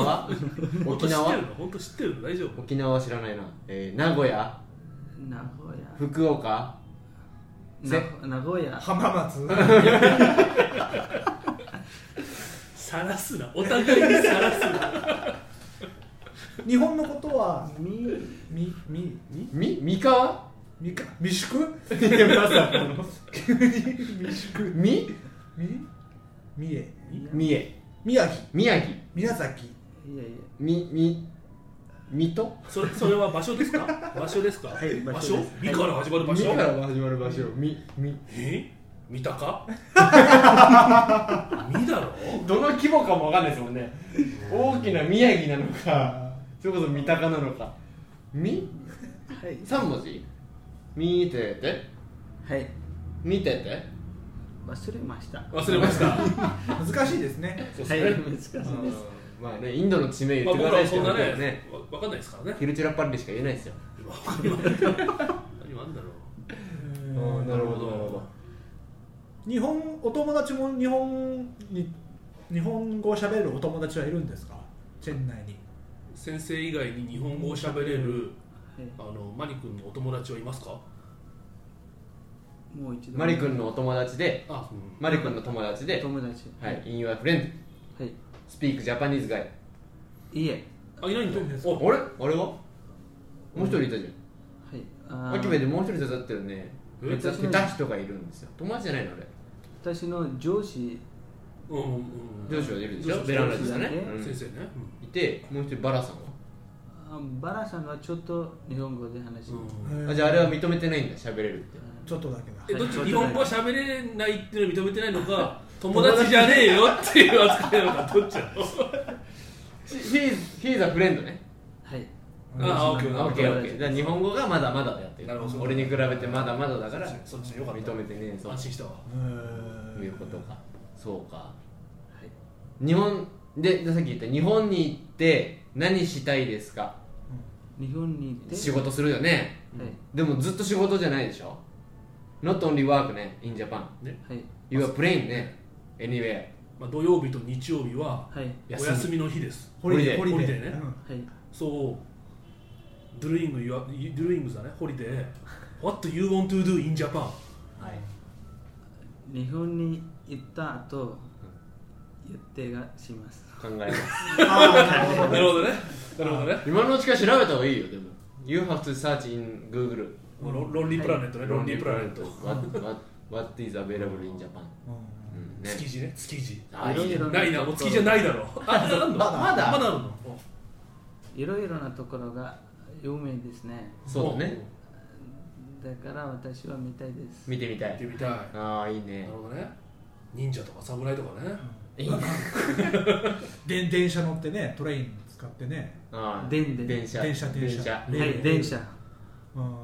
Speaker 2: 沖縄
Speaker 4: 本当知ってるの大丈夫
Speaker 2: 沖縄は知らないな、えー名古屋
Speaker 5: 名古屋
Speaker 2: 福岡
Speaker 5: な名古屋
Speaker 3: 浜
Speaker 2: (laughs)
Speaker 3: 松
Speaker 4: さらすなお互いにさらすな
Speaker 3: 日本のことは
Speaker 5: み
Speaker 3: みみみ
Speaker 2: み三河
Speaker 3: みか未宿 (laughs)
Speaker 2: み
Speaker 3: み三重
Speaker 2: 三重
Speaker 3: 宮城
Speaker 2: 宮城
Speaker 3: 宮崎
Speaker 5: いやいや
Speaker 2: みみ水戸
Speaker 4: それそれは場所ですか場所ですか
Speaker 5: はい
Speaker 4: 場
Speaker 5: 場
Speaker 4: 所
Speaker 5: 所です
Speaker 4: 三から始まる場
Speaker 2: 三
Speaker 4: 所
Speaker 2: から始まる場所みみ
Speaker 4: え三鷹三だろ
Speaker 2: どの規模かもわかんないですもんね大きな宮城なのかそれこそ三鷹なのかみ
Speaker 5: はい
Speaker 2: 三文字見てて
Speaker 5: はい
Speaker 2: 見てて
Speaker 5: 忘れました
Speaker 4: 忘れました
Speaker 3: 難しいですね
Speaker 4: そう
Speaker 5: は
Speaker 4: そ
Speaker 5: い
Speaker 4: れ
Speaker 5: 難しいです
Speaker 2: まあねインドの地名
Speaker 4: ま
Speaker 2: 言
Speaker 4: あ僕
Speaker 2: ってくだ
Speaker 4: ら
Speaker 2: さい
Speaker 4: はそんな
Speaker 2: ってことだよ
Speaker 4: ね
Speaker 2: ね
Speaker 4: わわかんないですからね
Speaker 2: ヒルチュラパッリしか言えないですよ
Speaker 4: 何もあんだろう
Speaker 3: うん
Speaker 4: なるほどなるほど
Speaker 3: 日本お友達も日本に日本語を喋れるお友達はいるんですかチェン内に
Speaker 4: 先生以外に日本語を喋れる
Speaker 5: はい
Speaker 4: あのマリ君のお友達はいますか
Speaker 5: もう一度
Speaker 2: マリ君のお友達で
Speaker 4: あ、うん
Speaker 2: マリ君の友達で
Speaker 5: 友達
Speaker 2: はい、in your friend
Speaker 5: はい
Speaker 2: speak Japanese guy
Speaker 5: いえ
Speaker 4: あいないんだ
Speaker 2: あれあれはもう一人いたじ
Speaker 5: はい
Speaker 2: ゃ
Speaker 5: あ
Speaker 2: ん
Speaker 5: ー
Speaker 2: アキベでもう一人だったよね
Speaker 4: え
Speaker 2: めっちゃ下手人がいるんですよ友達じゃないのあれ
Speaker 5: 私の上司
Speaker 4: うんうんうん
Speaker 2: 上司はいるでしょ
Speaker 4: 上司
Speaker 2: ベランダですよね
Speaker 5: 上司
Speaker 2: う
Speaker 5: だ
Speaker 2: ん
Speaker 4: 先生ね
Speaker 2: いてもう一人バラさんは
Speaker 5: あバラさんはちょっと日本語で話し
Speaker 4: うん
Speaker 5: ます、
Speaker 4: うん
Speaker 2: あじゃああれは認めてないんだ喋れるって
Speaker 3: ちょっとだけだ
Speaker 4: えどっち
Speaker 5: はい
Speaker 4: 日本語は喋れないっていうのを認めてないのか友達じゃねえよっていう扱いなのかどっちなの
Speaker 2: He's, he's a friend ね
Speaker 5: はい
Speaker 4: あオッケー
Speaker 2: オ
Speaker 4: オ
Speaker 2: ッ
Speaker 4: ッ
Speaker 2: ケ
Speaker 4: ケー
Speaker 2: ーオッケーじゃあ日本語がまだまだだよっていう
Speaker 4: なるほど
Speaker 2: 俺に比べてまだまだだから
Speaker 4: そっちでよかった
Speaker 2: 認めてねえぞ
Speaker 4: 安心したわ
Speaker 3: うー
Speaker 2: と
Speaker 3: ん
Speaker 2: いうことかそうか
Speaker 5: はい
Speaker 2: 日本ででさっき言った日本に行って何したいですか
Speaker 5: 日本に行って
Speaker 2: 仕事するよね
Speaker 5: はい
Speaker 2: でもずっと仕事じゃないでしょ Not only work ね in Japan
Speaker 5: はい
Speaker 2: You are playing ね Anywhere
Speaker 4: まあ土曜日と日曜日は
Speaker 5: はい
Speaker 4: お休みの日です
Speaker 3: ホリデー
Speaker 2: ホ
Speaker 3: ホ
Speaker 2: リ
Speaker 3: リ
Speaker 4: デー
Speaker 3: デ
Speaker 4: ホリ
Speaker 3: ー
Speaker 4: デーね
Speaker 5: はい
Speaker 4: そうドゥイングユアドゥイングだねホリデー What do you want to do in Japan?
Speaker 5: 日本に行った後予定がします
Speaker 2: 考えます
Speaker 4: (laughs)
Speaker 2: (laughs)
Speaker 4: なるほどねなるほどね
Speaker 2: 今のうちから調べた方がいいよでも You have to search in Google
Speaker 4: ロロンリープラネットねロンリープラネット
Speaker 2: What, what, what is available in Japan、うんね
Speaker 4: 築地ね築地
Speaker 2: あいいね
Speaker 5: いろいろ
Speaker 4: ないなもう築地じゃないだろう (laughs) ああんの
Speaker 2: まだまだ
Speaker 4: まだあるの
Speaker 5: いろいろなところが有名ですね
Speaker 2: そうだね
Speaker 5: だから私は見たいです
Speaker 2: 見てみた
Speaker 4: 行って
Speaker 2: い
Speaker 4: みたいな
Speaker 2: ああいいね
Speaker 4: るほどね忍者とか侍とかね
Speaker 2: いいね
Speaker 3: で電車乗ってねトレイン使ってね
Speaker 2: あー
Speaker 5: でんでん
Speaker 2: 電車
Speaker 3: 電車電車
Speaker 5: は
Speaker 3: レール
Speaker 5: い電車
Speaker 3: うーん
Speaker 4: なる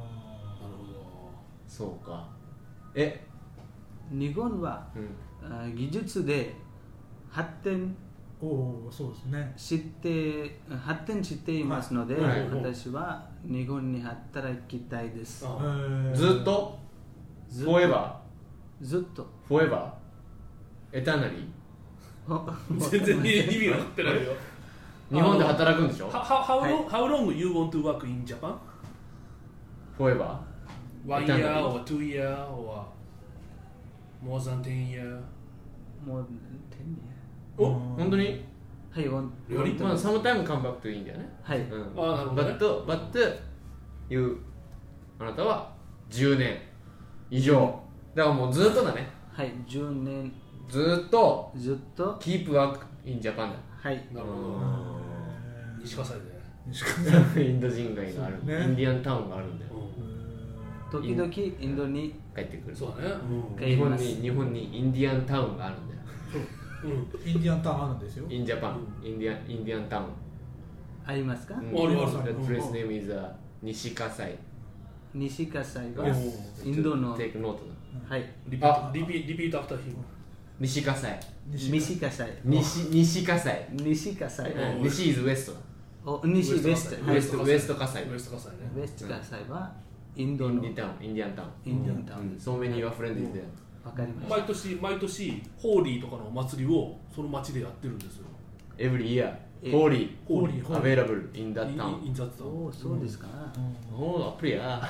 Speaker 4: ほ
Speaker 2: そうかえ
Speaker 5: 日本は
Speaker 2: うん
Speaker 5: あ技術で発展
Speaker 3: おおそうですね
Speaker 5: 知って発展していますので、
Speaker 2: はいはい
Speaker 5: 私は日本に働きたいです
Speaker 4: ど
Speaker 3: う
Speaker 4: あ
Speaker 3: ーん
Speaker 2: ずっと
Speaker 5: ずっと
Speaker 2: Forever
Speaker 5: ずっと
Speaker 2: Forever エターナリー
Speaker 5: ほ
Speaker 4: 全然意味が分かってないよ
Speaker 2: 日本で働くんでしょ
Speaker 4: How, how, how,
Speaker 5: はい
Speaker 4: long, how long you want to work in Japan?
Speaker 2: フォーエバ
Speaker 4: One
Speaker 2: Eternity.
Speaker 4: year or two year or more than ten year?
Speaker 5: もう
Speaker 4: お
Speaker 2: ー本当に
Speaker 5: 10はいワン
Speaker 4: より
Speaker 2: まあ、サムタイムカムバックといいんだよね。
Speaker 5: はい、
Speaker 2: うん、
Speaker 4: あーなるほどね
Speaker 2: バット、バット、いう、あなたは10年以上。だからもうずっとだね。
Speaker 5: はい10年
Speaker 2: ずっと、
Speaker 5: ずっと
Speaker 2: キープワークインジャパン
Speaker 5: はい
Speaker 4: なるほど。西葛西で。
Speaker 2: だ。インド人街がある、
Speaker 3: そうね
Speaker 2: インディアンタウンがあるんだよ。
Speaker 5: 時々インドに
Speaker 2: 帰ってくる。
Speaker 4: そうだね。
Speaker 5: 帰
Speaker 2: 日
Speaker 5: り
Speaker 2: 本
Speaker 5: ま
Speaker 2: に、
Speaker 5: す
Speaker 2: 日本にインディアンタウンがあるんだよ。
Speaker 4: うん。
Speaker 3: インディアンタウンあるんですよ
Speaker 2: In Japan, Indian, Indian town.
Speaker 5: ありますか、
Speaker 2: うん
Speaker 4: あるある
Speaker 2: The
Speaker 4: うん
Speaker 2: place name is、uh, 西葛西。
Speaker 5: 西葛西は
Speaker 4: Yes
Speaker 5: インドの
Speaker 2: Take note.
Speaker 5: はい
Speaker 4: リピ
Speaker 2: あ
Speaker 4: ート、リピリピートアフターヒム。
Speaker 2: 西葛西。
Speaker 5: 西葛西
Speaker 2: 西西葛西。
Speaker 5: 西葛西
Speaker 2: うん西 is west だ。
Speaker 5: お西ベスト
Speaker 2: ウ
Speaker 5: は
Speaker 2: ェ
Speaker 5: い
Speaker 2: スト
Speaker 4: 葛西
Speaker 2: ウェスト葛西
Speaker 4: ウェスト葛西ね。
Speaker 5: ベスト葛西はイン
Speaker 2: イ
Speaker 5: ド
Speaker 2: ン
Speaker 5: の
Speaker 2: ディタウン、インディアンタウン。
Speaker 5: インディアンタウン
Speaker 2: うん So many your friends is there.
Speaker 5: わかりまし
Speaker 4: 毎年毎年ホーリーとかのお祭りをその町でやってるんですよ。
Speaker 2: Every year, holy
Speaker 5: え
Speaker 4: ホーリー、ホーリー。
Speaker 2: available in that
Speaker 4: イ
Speaker 2: town.
Speaker 4: ンザツ
Speaker 5: た
Speaker 4: タウン。
Speaker 5: おおそうですか、
Speaker 2: Oh, アプリや。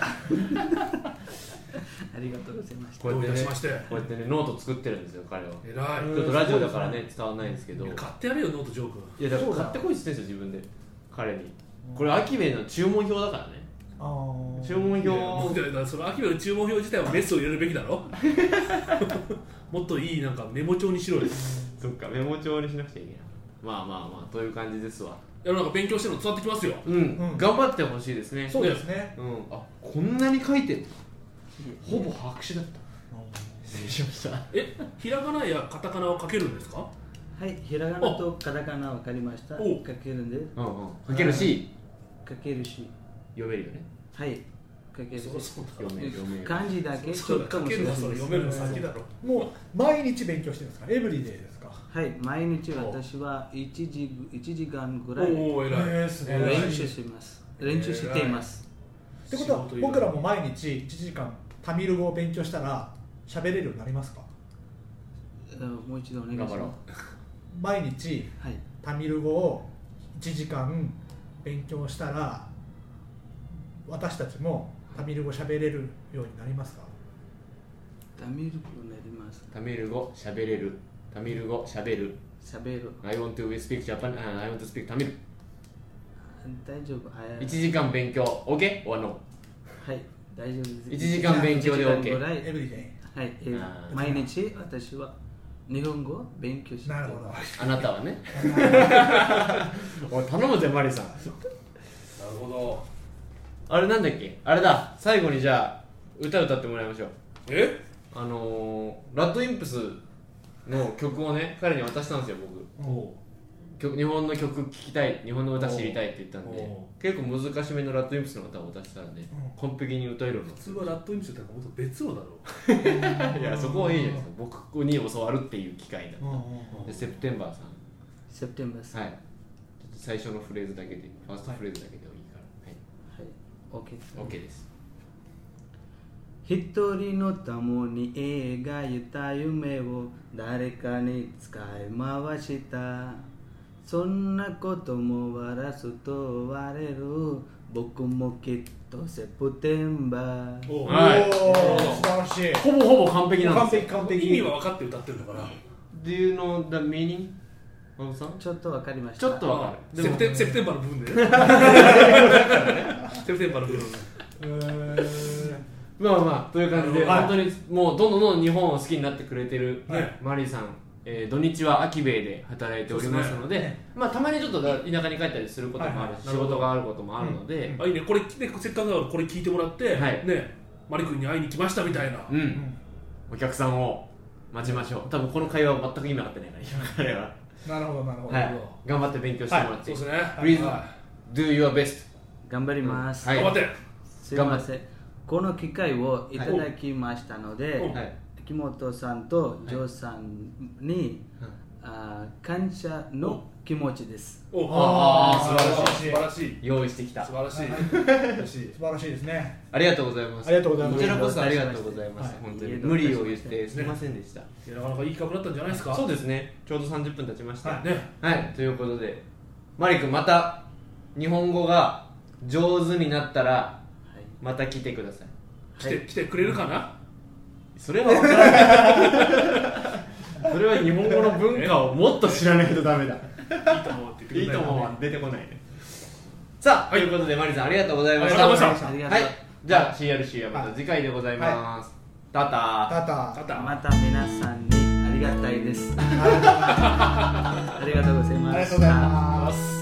Speaker 5: ありがとうございました
Speaker 2: こうやって
Speaker 4: どういた
Speaker 2: ね
Speaker 4: しまして、
Speaker 2: こうやってね、ノート作ってるんですよ、彼は。ち
Speaker 4: えら
Speaker 3: うん
Speaker 4: い。
Speaker 2: ょっとラジオだからね、伝わらないんですけど。
Speaker 4: 買ってやるよ、ノートジョーク。
Speaker 2: いや、だから買ってこいって言ってんですよ、自分で。彼に。これ、アキベの注文表だからね。
Speaker 3: あー
Speaker 2: 注文
Speaker 4: いやもう
Speaker 2: 表。
Speaker 4: だからその秋葉の注文表自体はメスを入れるべきだろ (laughs) もっといいなんかメモ帳にしろよい
Speaker 2: (laughs) そっか、メモ帳にしなくちゃいけない。まあまあまあ、という感じですわ。
Speaker 4: やなんか勉強してるの伝わってきますよ
Speaker 2: うん
Speaker 3: ん、
Speaker 2: 頑張ってほしいですね。
Speaker 3: そうですね
Speaker 2: うん、あこんなに書いてるほぼ白紙だった
Speaker 3: う
Speaker 2: 失礼しました
Speaker 4: えひらがなやカタカナを書けるんですか
Speaker 5: はいひらがなとカタカナわかりました書
Speaker 4: お
Speaker 5: けるんで
Speaker 2: うんうん書けるし
Speaker 5: 書けるし
Speaker 2: 読めるよね
Speaker 5: はい書けるし
Speaker 4: そうそうだ
Speaker 2: 読める読める
Speaker 5: 漢字だけち
Speaker 4: そ
Speaker 5: ょ
Speaker 4: う
Speaker 5: っ
Speaker 4: だ
Speaker 5: と
Speaker 4: 書
Speaker 5: もし
Speaker 4: ける
Speaker 5: れな
Speaker 4: の
Speaker 5: い
Speaker 4: それ
Speaker 5: です
Speaker 4: 読めるの先だろ
Speaker 3: んもう毎日勉強してるんですかエブリデイですか
Speaker 5: はい毎日私は1時一時間ぐらい
Speaker 4: おお偉い、
Speaker 3: えーすごい
Speaker 4: 偉い
Speaker 5: 練習します練習しています
Speaker 3: ってことは
Speaker 4: 仕事以外
Speaker 3: 僕らも毎日1時間タミル語を勉強したら喋れるようになりますか
Speaker 5: うんもう一度お願いし
Speaker 2: 頑張
Speaker 5: ます
Speaker 2: ろう
Speaker 3: 毎日
Speaker 5: はい
Speaker 3: タミル語を1時間勉強したら私たちもタミル語喋れるようになりますか
Speaker 5: タミル語になります
Speaker 2: タミル語喋れるタミル語喋る
Speaker 5: 喋る
Speaker 2: I want to speak Japan and I want to speak タミル
Speaker 5: 大丈夫あ
Speaker 2: 1時間勉強 OK or no
Speaker 5: はい大丈夫です
Speaker 2: 1時間勉強で OK
Speaker 5: 一時間ぐらい
Speaker 3: エブリデイ
Speaker 5: はい、えー
Speaker 2: あー
Speaker 5: 毎日私は日本語を勉強してい
Speaker 3: な
Speaker 5: ま
Speaker 3: る
Speaker 5: す
Speaker 3: ほど
Speaker 2: あなたはね (laughs) おい頼むぜマリさん
Speaker 4: なるほ
Speaker 2: あれなんだっけあれだ最後にじゃあ歌歌ってもらいましょう
Speaker 4: どえ
Speaker 2: あのー、ラッドインプスの曲をね彼に渡したんですよ僕
Speaker 4: お
Speaker 2: 曲日本の曲聴きたい日本の歌知りたいって言ったんで
Speaker 4: お
Speaker 2: 結構難しめのラッドインプスの歌を渡したんで、完璧に歌えるようになっ
Speaker 4: 普通はラットインプスってのはもっと別のだろ
Speaker 2: た (laughs) いやそこはいいじゃないですか僕に教わるっていう機会だ
Speaker 3: うんうんうん
Speaker 2: でセプテンバーさ
Speaker 5: セプテンバーさん
Speaker 2: んはいちょっと最初のフレーズだけでファーストフレーズだけでもいいから
Speaker 5: はい、OK です
Speaker 2: はい OK です
Speaker 5: 一人のために描いた夢を誰かに使い回したそんなこともわらすとわれる僕もきっとセプテンバー
Speaker 4: お
Speaker 2: はい
Speaker 3: おー素晴らしい
Speaker 2: ほぼほぼ完璧なん
Speaker 3: 完
Speaker 2: ですよ
Speaker 3: 璧完璧
Speaker 4: 意味は分かって歌ってるんだから
Speaker 2: Do you know the meaning? マムさん
Speaker 5: ちょっとわかりまし
Speaker 2: ち
Speaker 5: た
Speaker 2: ょっとわかる
Speaker 4: セ
Speaker 2: で
Speaker 4: プ
Speaker 2: も
Speaker 4: テンセプテンバーの部分
Speaker 2: (laughs)
Speaker 4: でセプテンバーの部分
Speaker 3: えー
Speaker 2: まあまあという感じで、
Speaker 4: はい
Speaker 2: 本当にもうどんどんどんどん日本を好きになってくれてる、
Speaker 4: ね
Speaker 2: マリーさん、えー土日はアキベイで働いておりますので
Speaker 3: そうですね
Speaker 2: まあ、たまにちょっとだ田舎に帰ったりすることもあ
Speaker 4: はいはい
Speaker 2: るし、
Speaker 4: なる
Speaker 2: 仕
Speaker 4: ほど
Speaker 2: 事があることもあるので、
Speaker 4: あいいねこれねせっかくだからこれ聞いてもらって、
Speaker 2: はい
Speaker 4: ねマリ君に会いに来ましたみたいな、
Speaker 2: うん
Speaker 3: うん
Speaker 2: お客さんを待ちましょう多分この会話は全く意味わかってないから今彼は、
Speaker 3: なるほどなるほど
Speaker 2: はい、頑張って勉強してもらって、
Speaker 4: そうですね、
Speaker 2: Please
Speaker 4: は、
Speaker 2: do your best
Speaker 5: 頑張ります、
Speaker 2: はいい
Speaker 4: 頑張って
Speaker 5: すいませんこの機会をいただきましたの
Speaker 4: は
Speaker 5: で、
Speaker 4: い
Speaker 2: はい
Speaker 5: 木本さんとジョーさんに、あー感謝の気持ちです
Speaker 4: お
Speaker 2: あー
Speaker 4: 素晴らしい
Speaker 2: 用意してきた
Speaker 4: 素晴らしい嬉しい
Speaker 3: 素晴らしいですね
Speaker 2: ありがとうございます
Speaker 3: ありがとうございます
Speaker 2: こちらこそありがとうございます、
Speaker 3: はい
Speaker 2: 本当に
Speaker 5: いいえ
Speaker 2: 無理を言ってすみませんでした、
Speaker 4: いやなかなかいい企画だったんじゃないですか
Speaker 2: そう
Speaker 4: で
Speaker 2: ですねちょうど30分経ちました、
Speaker 4: ね
Speaker 2: はい、ということでマリ君また日本語が上手になったら
Speaker 5: はい
Speaker 2: また来てください
Speaker 4: 来て来てくれるかな
Speaker 2: それは分からない (laughs) それは日本語の文化をもっと知らないとダメだ
Speaker 4: いいと思うって言ってく
Speaker 2: い
Speaker 4: れ
Speaker 2: い
Speaker 4: た
Speaker 2: と
Speaker 4: よね
Speaker 2: も出てこないねさあ、ということでマリさんありがとうございました
Speaker 4: ありがとうございました
Speaker 5: ありがと
Speaker 2: は
Speaker 5: う
Speaker 2: いじゃあ CRC はまた次回でございます、タタ
Speaker 3: タタ
Speaker 4: ただ
Speaker 5: また皆さ
Speaker 4: (laughs)
Speaker 5: んにありがたいですありがとうござい
Speaker 3: あ
Speaker 5: ま
Speaker 3: りがとう
Speaker 5: し
Speaker 3: ござい
Speaker 5: た
Speaker 3: ます